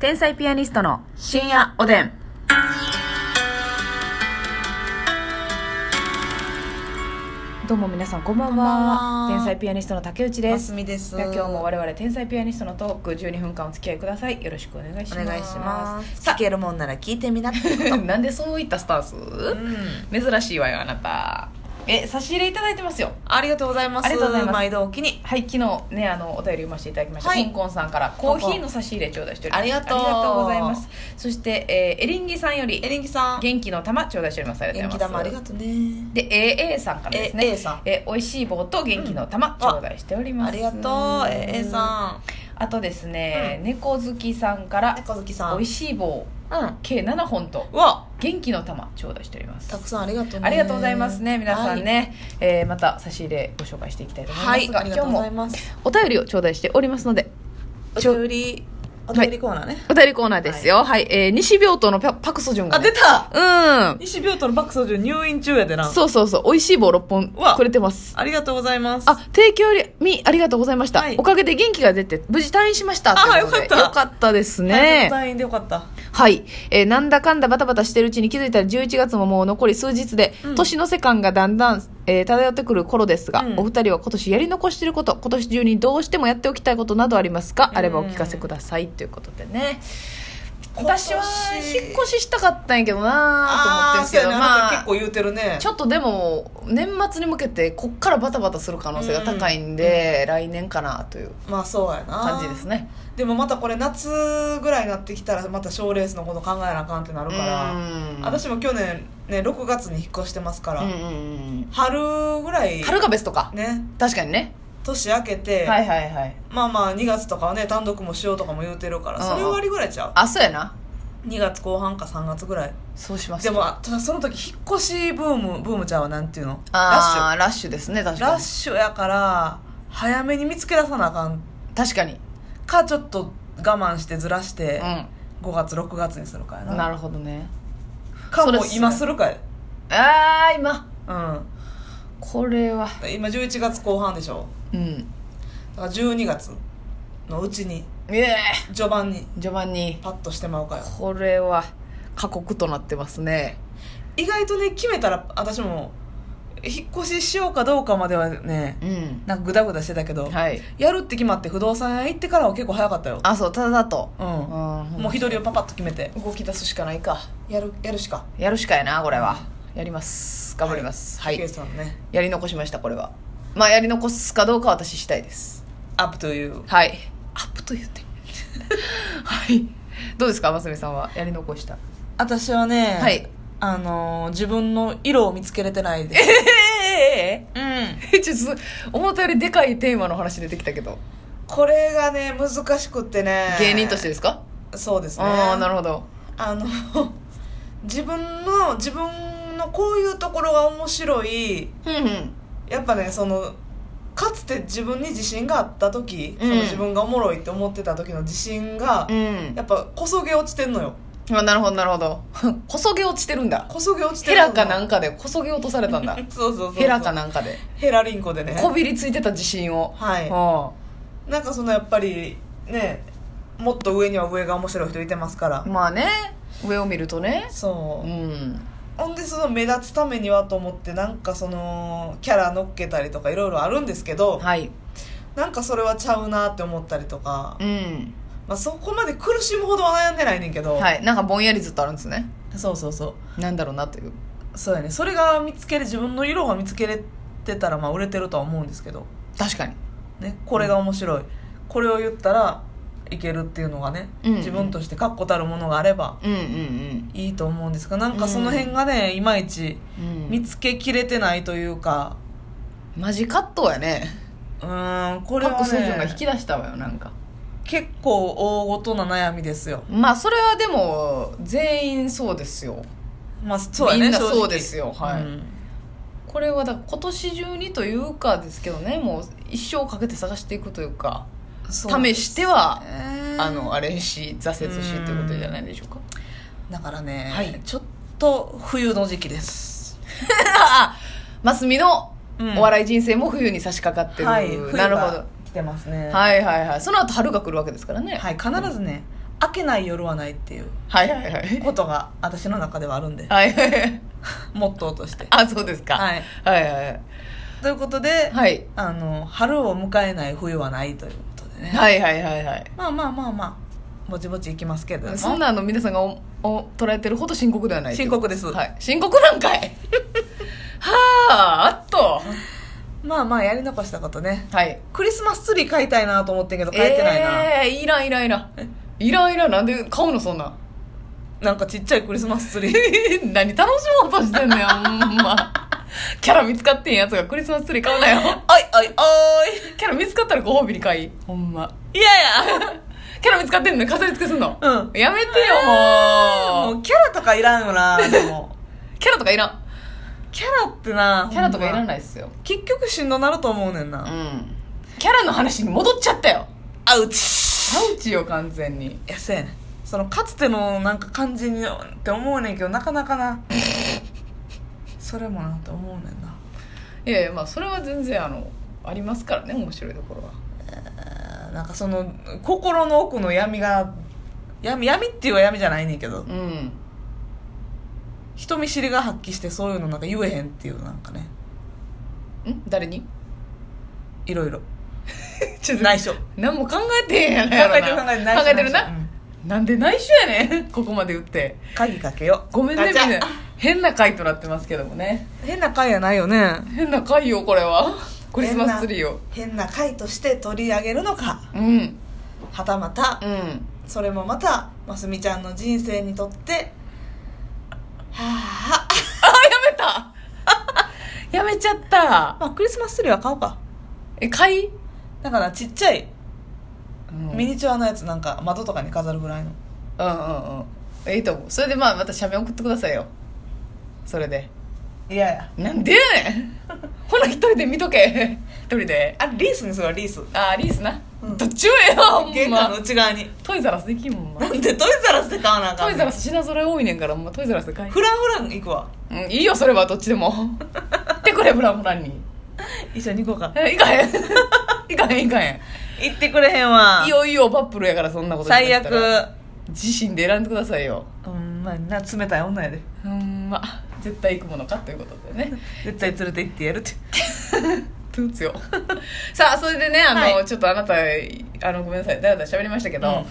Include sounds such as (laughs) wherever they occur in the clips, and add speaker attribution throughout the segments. Speaker 1: 天才ピアニストの深夜おでん。どうも皆さんこんばんは
Speaker 2: こんばんは
Speaker 1: 天才ピアニストの竹内
Speaker 2: ま
Speaker 1: ですす
Speaker 2: みです
Speaker 1: では今日も我々天才ピアニストのトーク12分間お付き合いくださいよろしくお願いします
Speaker 2: お願いします
Speaker 1: さ
Speaker 2: 聞けるもんなら聞いてみなって
Speaker 1: あ (laughs) なんでそういったスタンス、
Speaker 2: うん
Speaker 1: 珍しいわよあなたえ差し入れいただいてますよ
Speaker 2: ありがとうございます
Speaker 1: ありがとうございます
Speaker 2: 毎度お気に
Speaker 1: はい昨日ねあのお便り読ませていただきました、
Speaker 2: はい
Speaker 1: 香港さんからコーヒーの差し入れ頂戴しております
Speaker 2: ありがとう
Speaker 1: ありがとうございますそして、えーエリンギさんより
Speaker 2: エリンギさん
Speaker 1: 元気の玉頂戴しておりますありがと
Speaker 2: 元気
Speaker 1: うござい
Speaker 2: 玉
Speaker 1: ま
Speaker 2: あ
Speaker 1: す
Speaker 2: りがとうね
Speaker 1: で AA さんからですね
Speaker 2: AA さん
Speaker 1: え美味しい棒と元気の玉頂戴しております、
Speaker 2: ありがとう AA さ
Speaker 1: あとですね、
Speaker 2: う
Speaker 1: 猫好きさんか
Speaker 2: ん
Speaker 1: ら
Speaker 2: 猫好きさん
Speaker 1: 美味しい棒
Speaker 2: うん
Speaker 1: 計7本と
Speaker 2: うわ
Speaker 1: 元気の玉頂戴しております
Speaker 2: たくさんありがとうね
Speaker 1: ありがとうございますね皆さんね、えーまた差し入れご紹介していきたいと思いま
Speaker 2: は
Speaker 1: す
Speaker 2: い
Speaker 1: が、
Speaker 2: ありが
Speaker 1: 今日
Speaker 2: とうござい
Speaker 1: も
Speaker 2: ます
Speaker 1: お便りを頂戴しておりますので
Speaker 2: お便りお便りコーナーね
Speaker 1: お便りコーナーですよはい、えー西病棟のパパクソジュンが、
Speaker 2: あ
Speaker 1: ね
Speaker 2: 出、た
Speaker 1: う
Speaker 2: 西病棟の爆走中入院中やでなん
Speaker 1: そうそうそう美味しい棒6本
Speaker 2: うわ
Speaker 1: くれてます
Speaker 2: ありがとうございます
Speaker 1: あ提供みありがとうございました、
Speaker 2: はい
Speaker 1: おかげで元気が出て無事退院しました
Speaker 2: あ
Speaker 1: ということで
Speaker 2: よかった
Speaker 1: よかったです
Speaker 2: 大
Speaker 1: ね
Speaker 2: 変退院でよかった
Speaker 1: はい、えーなんだかんだバタバタしてるうちに気づいたら11月ももう残り数日で、
Speaker 2: うん
Speaker 1: 年の世間がだんだん、えー漂ってくる頃ですが、
Speaker 2: うん
Speaker 1: お二人は今年やり残していること今年中にどうしてもやっておきたいことなどありますか、
Speaker 2: うん
Speaker 1: あればお聞かせくださいということでね
Speaker 2: 今年
Speaker 1: 私は引っ越ししたかったんやけどなと思ってるんですけど
Speaker 2: あーそうやねあな
Speaker 1: ま
Speaker 2: た
Speaker 1: あ
Speaker 2: 結構言うてるね
Speaker 1: ちょっとでも年末に向けてこっからバタバタする可能性が高いんで、来年かなという
Speaker 2: まあそうやな
Speaker 1: 感じですね
Speaker 2: でもまたこれ夏ぐらいになってきたらまた賞レースのこと考えなあかんってなるから
Speaker 1: うん
Speaker 2: 私も去年ね6月に引っ越してますから、
Speaker 1: うんうんうん
Speaker 2: 春ぐらい
Speaker 1: 春がベストか
Speaker 2: ね
Speaker 1: 確かにね
Speaker 2: 年明けて、
Speaker 1: はいはいはい
Speaker 2: まあまあ2月とかはね単独もしようとかも言うてるから
Speaker 1: うんうん
Speaker 2: それ終わりぐらいちゃう
Speaker 1: あそうやな
Speaker 2: 2月後半か3月ぐらい
Speaker 1: そうします
Speaker 2: でもあただその時引っ越しブームブームちゃうわなんていうの
Speaker 1: あ
Speaker 2: ラ
Speaker 1: ーラッシュですね
Speaker 2: ッ
Speaker 1: 確
Speaker 2: シュラ
Speaker 1: か
Speaker 2: ッ
Speaker 1: に
Speaker 2: シュやから早めに見つけ出さなあかん
Speaker 1: 確かに
Speaker 2: かちょっと我慢してずらして、
Speaker 1: う
Speaker 2: 5月6月にするかやなん
Speaker 1: なるほどね
Speaker 2: かも
Speaker 1: そう
Speaker 2: う
Speaker 1: です
Speaker 2: 今するかや
Speaker 1: あー今
Speaker 2: うん
Speaker 1: これは
Speaker 2: 今11月後半でしょ
Speaker 1: うん
Speaker 2: だから12月のうちに
Speaker 1: ええ
Speaker 2: 序盤に
Speaker 1: 序盤に
Speaker 2: パッとしてまうから
Speaker 1: これは過酷となってますね
Speaker 2: 意外とね決めたら私も引っ越ししようかどうかまではね
Speaker 1: うん
Speaker 2: なんかグダグダしてたけど、
Speaker 1: はい
Speaker 2: やるって決まって不動産屋行ってからは結構早かったよ
Speaker 1: あそうただだと
Speaker 2: うん
Speaker 1: うん
Speaker 2: もう日取りをパパッと決めて
Speaker 1: 動き出すしかないか
Speaker 2: やるやるしか
Speaker 1: やるしかやなこれはやります頑張りますはい、
Speaker 2: ケイさんね
Speaker 1: やり残しましたこれはまあやり残すかどうかは私したいです
Speaker 2: アップという
Speaker 1: はいアップと言って (laughs) はいどうですかますみさんはやり残した
Speaker 2: 私はね、
Speaker 1: はい
Speaker 2: あのー自分の色を見つけれてないで
Speaker 1: え
Speaker 2: す、
Speaker 1: え
Speaker 2: うん
Speaker 1: えちょっと思ったよりでかいテーマの話出てきたけど
Speaker 2: これがね難しくってね
Speaker 1: 芸人としてですか、
Speaker 2: そうですね
Speaker 1: ああなるほど
Speaker 2: あの (laughs) 自分の自分のこういうところが面白い
Speaker 1: うんうん
Speaker 2: やっぱねそのかつて自分に自信があった時、
Speaker 1: うん
Speaker 2: その自分がおもろいって思ってた時の自信が、
Speaker 1: うん
Speaker 2: やっぱこそげ落ちてんのよ
Speaker 1: あなるほどなるほど (laughs) こそげ落ちてるんだ
Speaker 2: こそげ落ちて
Speaker 1: ヘ
Speaker 2: るの
Speaker 1: ラかなんかでこそげ落とされたんだ
Speaker 2: (laughs) そうそうそうそう
Speaker 1: ヘラかなんかで
Speaker 2: ヘラリンコでね
Speaker 1: こびりついてた自信を
Speaker 2: は
Speaker 1: あ
Speaker 2: いなんかそのやっぱりねもっと上には上が面白い人いてますから、
Speaker 1: あまあね上を見るとね
Speaker 2: そううんほんでその目立つためにはと思ってなんかそのキャラ乗っけたりとかいろいろあるんですけど
Speaker 1: はい
Speaker 2: なんかそれはちゃうなって思ったりとか、
Speaker 1: うん
Speaker 2: まあ、そこまで苦しむほどは悩んでないねんけど、
Speaker 1: はいなんかぼんやりずっとあるんですね
Speaker 2: そうそうそ
Speaker 1: なんだろうなという
Speaker 2: うそうやねそれが見つけれ自分の色が見つけれてたらまあ売れてるとは思うんですけど、
Speaker 1: 確かに
Speaker 2: ね、これが面白い、これを言ったらいけるっていうのがね、
Speaker 1: うん
Speaker 2: 自分として確固たるものがあれば
Speaker 1: うんうん
Speaker 2: いいと思うんですがなんかその辺がね、いまいち
Speaker 1: うんう
Speaker 2: 見
Speaker 1: ん
Speaker 2: つけきれてないというか
Speaker 1: マジカットやね
Speaker 2: うーんこ
Speaker 1: こ
Speaker 2: れは、ね、
Speaker 1: パク・ソジュンが引き出したわよなんか
Speaker 2: 結構大ごとな悩みですよ
Speaker 1: まあそれはでも全員そうですよ
Speaker 2: まあそうやね
Speaker 1: みんな
Speaker 2: 正直
Speaker 1: そうですよはい
Speaker 2: うん
Speaker 1: これはだから今年中にというかですけどねもう一生かけて探していくというか
Speaker 2: そう
Speaker 1: 試しては
Speaker 2: えー
Speaker 1: あのあれし挫折しということじゃないでしょうか
Speaker 2: だからね、
Speaker 1: はい
Speaker 2: ちょっと冬の時期です
Speaker 1: あマスミの
Speaker 2: うん
Speaker 1: お笑い人生も冬に差し掛かってる、
Speaker 2: はい
Speaker 1: なるほど
Speaker 2: 来てますね
Speaker 1: はいはいはいその後春が来るわけですからね、
Speaker 2: はい、必ずね、明けない夜はないっていう
Speaker 1: はいはいはい
Speaker 2: ことが私の中ではあるんで
Speaker 1: はい (laughs) はいはい
Speaker 2: モットーとして
Speaker 1: あそうですか、
Speaker 2: はい
Speaker 1: はいはい
Speaker 2: ということで、
Speaker 1: はい
Speaker 2: あの春を迎えない冬はないということでね、
Speaker 1: はいはいはいはい
Speaker 2: まあまあまあまあぼちぼちいきますけれども
Speaker 1: そんなあの皆さんがおお捉えてるほど深刻ではない
Speaker 2: 深刻です、
Speaker 1: はい、深刻なんかい (laughs) はああっと
Speaker 2: まあまあやり残したことね
Speaker 1: はい
Speaker 2: クリスマスツリー買いたいなと思ってんけど買えてないな、
Speaker 1: えー、いらんいらんいらんいらんいらんなんで買うのそんなん
Speaker 2: なんかちっちゃいクリスマス
Speaker 1: (laughs)
Speaker 2: ツリー
Speaker 1: 何楽しもうとしてんねんほんまキャラ見つかってんやつがクリスマスツリー買うなよ
Speaker 2: おいおいお
Speaker 1: キャラ見つかったらご褒美に買いほんま
Speaker 2: いいやいや
Speaker 1: キャラ見つかってんのに飾り付けすんの、
Speaker 2: うん
Speaker 1: やめてよも
Speaker 2: も
Speaker 1: う
Speaker 2: うキャラとかいらんよなで
Speaker 1: (laughs)
Speaker 2: も
Speaker 1: キャラとかいらん
Speaker 2: キャラってな
Speaker 1: キャラとかいら
Speaker 2: い
Speaker 1: ないっすよ
Speaker 2: 結局しんどなると思うねんな、
Speaker 1: うんキャラの話に戻っちゃったよ
Speaker 2: あうち
Speaker 1: パウチよ完全に
Speaker 2: いやそうやねんそのかつてのなんか感じにって思うねんけどなかな
Speaker 1: (laughs)
Speaker 2: かなそれもなって思うねんない
Speaker 1: やいやまあそれは全然あのありますからね面白いところは
Speaker 2: あーなんかその心の奥の闇が闇闇っていうは闇じゃないねんけど
Speaker 1: うん
Speaker 2: 人見知りが発揮してそういうのなんか言えへんっていうなんかね
Speaker 1: ん誰
Speaker 2: (laughs)
Speaker 1: に
Speaker 2: いろいろ
Speaker 1: ちょっと
Speaker 2: 内緒考
Speaker 1: 何も考えてへんやな
Speaker 2: えてる考えてない
Speaker 1: 考えてるな、
Speaker 2: うん
Speaker 1: なんで内緒やねん (laughs) ここまで打って
Speaker 2: 鍵かけよう
Speaker 1: ごめんねみん
Speaker 2: ガチャ
Speaker 1: な変な回となってますけどもね
Speaker 2: 変な回やないよね
Speaker 1: 変な回よこれ
Speaker 2: (laughs)
Speaker 1: はクリスマスツリーを
Speaker 2: 変な回として取り上げるのか
Speaker 1: うん
Speaker 2: はたまた
Speaker 1: うん
Speaker 2: それもまたますみちゃんの人生にとってはあ、
Speaker 1: あ (laughs) やめたやめちゃった
Speaker 2: まあ、クリスマスツリーは買おうか
Speaker 1: え回、
Speaker 2: だからちっちゃい
Speaker 1: うん、うんうんう
Speaker 2: ミニチュアのやつなんか窓とかに飾るぐらいの
Speaker 1: んえいいと思うそれでまあまた写メ送ってくださいよそれで
Speaker 2: いやいや
Speaker 1: なんでやね
Speaker 2: (laughs)
Speaker 1: んほな一人で見とけ一人で
Speaker 2: あリースにするわリース
Speaker 1: あーリースな、
Speaker 2: うん
Speaker 1: どっちもええわほん
Speaker 2: 玄関
Speaker 1: ま
Speaker 2: の内側に
Speaker 1: トイザラスできんもんま
Speaker 2: なんでトイザラスで買わなあかん
Speaker 1: ト
Speaker 2: ね
Speaker 1: イ
Speaker 2: ん
Speaker 1: ザラス品揃え多いねんからほんまトイザラスで買い
Speaker 2: フランフラン行くわ
Speaker 1: うん、いいよそれはどっちでもでこれブラブラに
Speaker 2: 一緒に行こうか
Speaker 1: え行かへん (laughs) 行かへん行かへん
Speaker 2: 行ってくれへんわ
Speaker 1: いよいよバップルやからそんなこと
Speaker 2: 最
Speaker 1: してたら
Speaker 2: 悪
Speaker 1: 自身で選んでくださいよ
Speaker 2: うんまあな冷たい女やで
Speaker 1: うんまあ絶対行くものかということでね
Speaker 2: 絶対連れて行ってやるって
Speaker 1: トゥー
Speaker 2: (laughs)
Speaker 1: ツよさあそれでねあの、
Speaker 2: は
Speaker 1: ちょっとあなたあのごめんなさいだらだら喋りましたけど、
Speaker 2: うん
Speaker 1: 今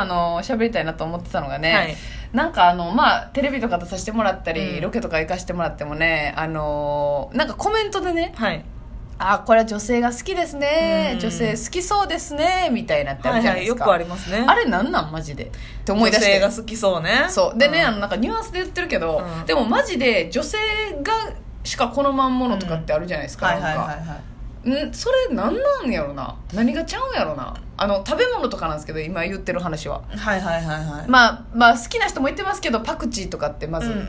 Speaker 1: 日あの喋りたいなと思ってたのがね、
Speaker 2: はい
Speaker 1: なんかあのまあテレビとか出させてもらったり、
Speaker 2: うん
Speaker 1: ロケとか行かせてもらってもねあのなんかコメントでね
Speaker 2: はい
Speaker 1: 「あこれは女性が好きですね
Speaker 2: うん
Speaker 1: 女性好きそうですね」みたいなってあ
Speaker 2: は
Speaker 1: る
Speaker 2: い
Speaker 1: じゃ
Speaker 2: は
Speaker 1: ない
Speaker 2: い
Speaker 1: です
Speaker 2: よ
Speaker 1: か、
Speaker 2: くありますね
Speaker 1: あれなんなんマジでって思い出し
Speaker 2: 女性
Speaker 1: て
Speaker 2: が好きそうね
Speaker 1: そうでね、
Speaker 2: ん
Speaker 1: あのなんかニュアンスで言ってるけど、
Speaker 2: うん
Speaker 1: でもマジで女性がしか好まんものとかってあるじゃないですか、
Speaker 2: はい
Speaker 1: なんか、
Speaker 2: はいはいはい
Speaker 1: んそれなんなんやろな何がちゃうんやろなあの食べ物とかなんですけど今言ってる話は
Speaker 2: はいはいはいはい、
Speaker 1: まあまあ好きな人も言ってますけどパクチーとかってま
Speaker 2: う
Speaker 1: ず、
Speaker 2: んうんう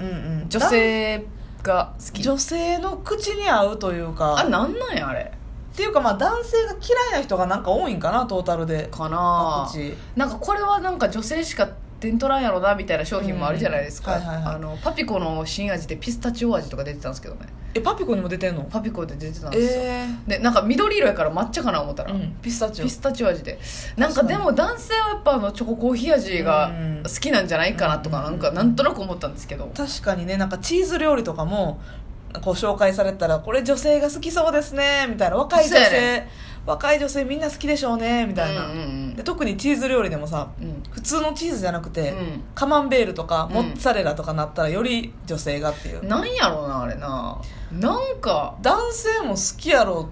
Speaker 2: ん、
Speaker 1: 女性が好き
Speaker 2: 女性の口に合うという
Speaker 1: あれ
Speaker 2: か
Speaker 1: なんなんやあれ
Speaker 2: っていうかまあ男性が嫌いな人がなんか多いんかなトータルで
Speaker 1: か
Speaker 2: パ
Speaker 1: な
Speaker 2: クチー
Speaker 1: なんかこれはなんか女性しか手に取らんやろなみたいな商品もあるじゃないですか、
Speaker 2: うんはいはいはい
Speaker 1: あのパピコの新味でピスタチオ味とか出てたんですけどね
Speaker 2: えパピコにも出てんの
Speaker 1: パピコで出てたんですよ、
Speaker 2: え
Speaker 1: でなんか緑色やから抹茶かな思った
Speaker 2: え
Speaker 1: ら、
Speaker 2: うん、ピスタチオ
Speaker 1: ピスタチオ味でなんかでも男性はやっぱあのチョココーヒー味が
Speaker 2: うん
Speaker 1: 好きなんじゃないかなとか
Speaker 2: うん
Speaker 1: なんかなんとなく思ったんですけど
Speaker 2: 確かにねなんかチーズ料理とかもこう紹介されたらこれ女性が好きそうですねみたいな若い女
Speaker 1: そうや
Speaker 2: 性若い女性みんな好きでしょうねみたいな、
Speaker 1: うんうん
Speaker 2: で特にチーズ料理でもさ
Speaker 1: うんうん
Speaker 2: 普通のチーズじゃなくて、
Speaker 1: うん
Speaker 2: カマンベールとか
Speaker 1: うん
Speaker 2: モッツァレラとかなったらより女性がっていう、
Speaker 1: なんやろうなあれななんか
Speaker 2: 男性も好きやろ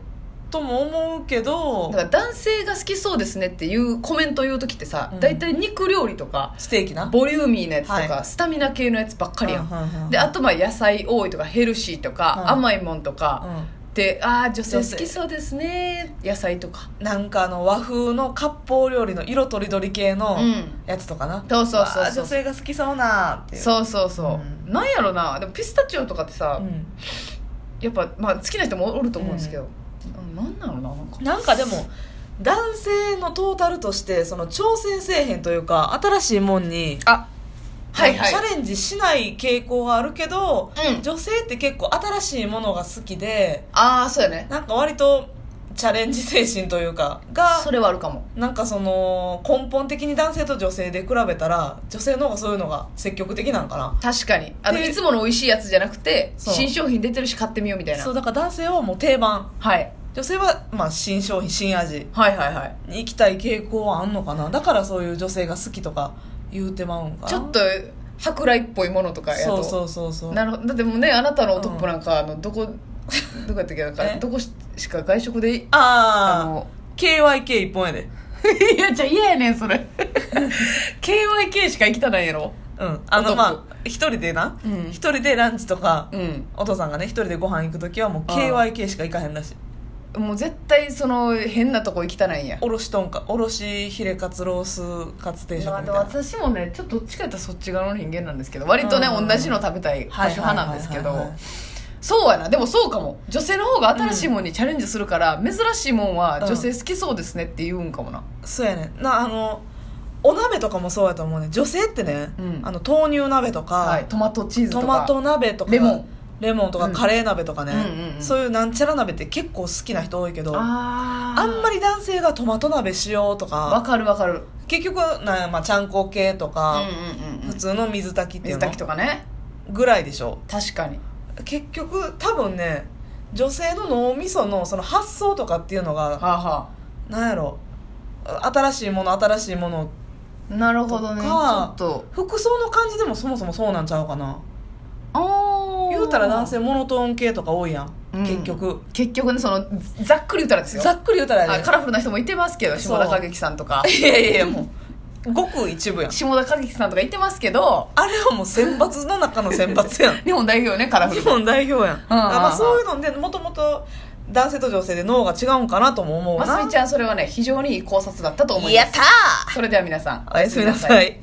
Speaker 2: とも思うけど
Speaker 1: だから男性が好きそうですねっていうコメント言う時ってさ
Speaker 2: うん
Speaker 1: 大体、肉料理とか
Speaker 2: ステーキな
Speaker 1: ボリューミーなやつとか、
Speaker 2: はい
Speaker 1: スタミナ系のやつばっかりやん、
Speaker 2: うんうんうん
Speaker 1: であとまあ野菜多いとかヘルシーとか、
Speaker 2: うん
Speaker 1: 甘いもんと
Speaker 2: う
Speaker 1: か、
Speaker 2: ん
Speaker 1: でああ女性
Speaker 2: 女性
Speaker 1: 好きそうですね野菜とか
Speaker 2: なんかあの和風の割烹料理の色とりどり系の
Speaker 1: うん
Speaker 2: やつとかな、
Speaker 1: そうそうそうそう
Speaker 2: わあ女性が好きそうなっていう
Speaker 1: そうそうそう、
Speaker 2: う
Speaker 1: なんやろなでもピスタチオとかってさ、
Speaker 2: うん
Speaker 1: やっぱ、まあ、好きな人もおると思うんですけど、うん、なんなのななんか
Speaker 2: なんかでも男性のトータルとしてその挑戦せえへんというか新しいもんに
Speaker 1: あはいはい
Speaker 2: チャレンジしない傾向があるけど、
Speaker 1: うん
Speaker 2: 女性って結構新しいものが好きで
Speaker 1: ああそうやね
Speaker 2: なんか割とチャレンジ精神というかが
Speaker 1: それはあるかも
Speaker 2: なんかその根本的に男性と女性で比べたら女性の方がそういうのが積極的なんかな
Speaker 1: 確かにあの
Speaker 2: で
Speaker 1: いつもの美味しいやつじゃなくて
Speaker 2: そう
Speaker 1: 新商品出てるし買ってみようみたいな
Speaker 2: そうだから男性はもう定番
Speaker 1: はい、
Speaker 2: 女性はまあ新商品新味
Speaker 1: はいはいはい
Speaker 2: に行きたい傾向はあんのかなだからそういう女性が好きとか言うてまうんかな
Speaker 1: ちょっと舶来っぽいものとかや
Speaker 2: そ
Speaker 1: と
Speaker 2: うそうそうそう
Speaker 1: なるほどだってもうねあなたのトップなんか、あのどこ (laughs) どこやったっけなんか
Speaker 2: え
Speaker 1: どこししか外食であ
Speaker 2: ああ
Speaker 1: の (laughs)
Speaker 2: KYK 一本やで
Speaker 1: いやじゃあ嫌やねんそれ KYK しか生きたないやろ
Speaker 2: うんあ
Speaker 1: 男
Speaker 2: のまあ一人でな
Speaker 1: うん
Speaker 2: 一人でランチとか
Speaker 1: うん
Speaker 2: お父さんがね一人でご飯行く時はもう
Speaker 1: あー
Speaker 2: KYK しか行かへんらしい
Speaker 1: もう絶対その変なとこ行きたないんや
Speaker 2: おろしとんかおろしヒレカツロースカツ定食み
Speaker 1: まあ
Speaker 2: たい
Speaker 1: で
Speaker 2: な
Speaker 1: も私もねちょっとどっちかやったらそっち側の人間なんですけど割とね
Speaker 2: うん
Speaker 1: 同じの食べたい保守派なんですけ
Speaker 2: はいはいはい
Speaker 1: ど
Speaker 2: はい
Speaker 1: そうやなでもそうかも女性の方が新しいもんにチャレンジするから、珍しいもんは
Speaker 2: うん
Speaker 1: 女性好きそうですねって言うんかもな、
Speaker 2: そうやねなあのお鍋とかもそうやと思うね女性ってね、
Speaker 1: うん
Speaker 2: あの豆乳鍋とか、
Speaker 1: はい、トマトチーズと
Speaker 2: ト
Speaker 1: か
Speaker 2: マト鍋とか
Speaker 1: レモン
Speaker 2: レモンとか
Speaker 1: うん
Speaker 2: カレー鍋とかね、
Speaker 1: うんうんうん
Speaker 2: そういうなんちゃら鍋って結構好きな人多いけどあ
Speaker 1: あ
Speaker 2: んまり男性がトマト鍋しようと
Speaker 1: わ
Speaker 2: か
Speaker 1: かるわかる
Speaker 2: 結局なんやまあ、ちゃんこ系と
Speaker 1: うん
Speaker 2: か、
Speaker 1: うんうんう
Speaker 2: 普
Speaker 1: ん
Speaker 2: 通の水炊きっていう
Speaker 1: 水
Speaker 2: の
Speaker 1: 炊きとかね
Speaker 2: ぐらいでしょ
Speaker 1: 確かに
Speaker 2: 結局多分ね女性の脳みそのその発想とかっていうのが
Speaker 1: はあは
Speaker 2: なんやろ新しいもの新しいもの
Speaker 1: あなるほどねち
Speaker 2: と
Speaker 1: ょ
Speaker 2: か
Speaker 1: っと
Speaker 2: 服装の感じでもそもそもそうなんちゃうかな
Speaker 1: あ
Speaker 2: 言うたら男性モノトーン系とか多いやん、
Speaker 1: うん
Speaker 2: 結局
Speaker 1: 結局ねそのざっくり言ったらですよ
Speaker 2: ざっくり言うたらや
Speaker 1: はい
Speaker 2: で
Speaker 1: カラフルな人もいてますけど
Speaker 2: そ
Speaker 1: 下
Speaker 2: う
Speaker 1: 田景樹さんとか
Speaker 2: (laughs) いやいやいやもうごく一部やん
Speaker 1: 下田景樹さんとかいてますけど
Speaker 2: あれはもう選抜の中の選抜やん
Speaker 1: 日本代表ねカラフ
Speaker 2: (laughs) 日
Speaker 1: ル
Speaker 2: 本代表やん、
Speaker 1: うんうんうん
Speaker 2: まあ、そういうのでもともと男性と女性で脳が違うんかなとも思うな、
Speaker 1: ますみちゃんそれはね非常にいい考察だったと思います
Speaker 2: やったー
Speaker 1: それでは皆さん
Speaker 2: おやすみなさい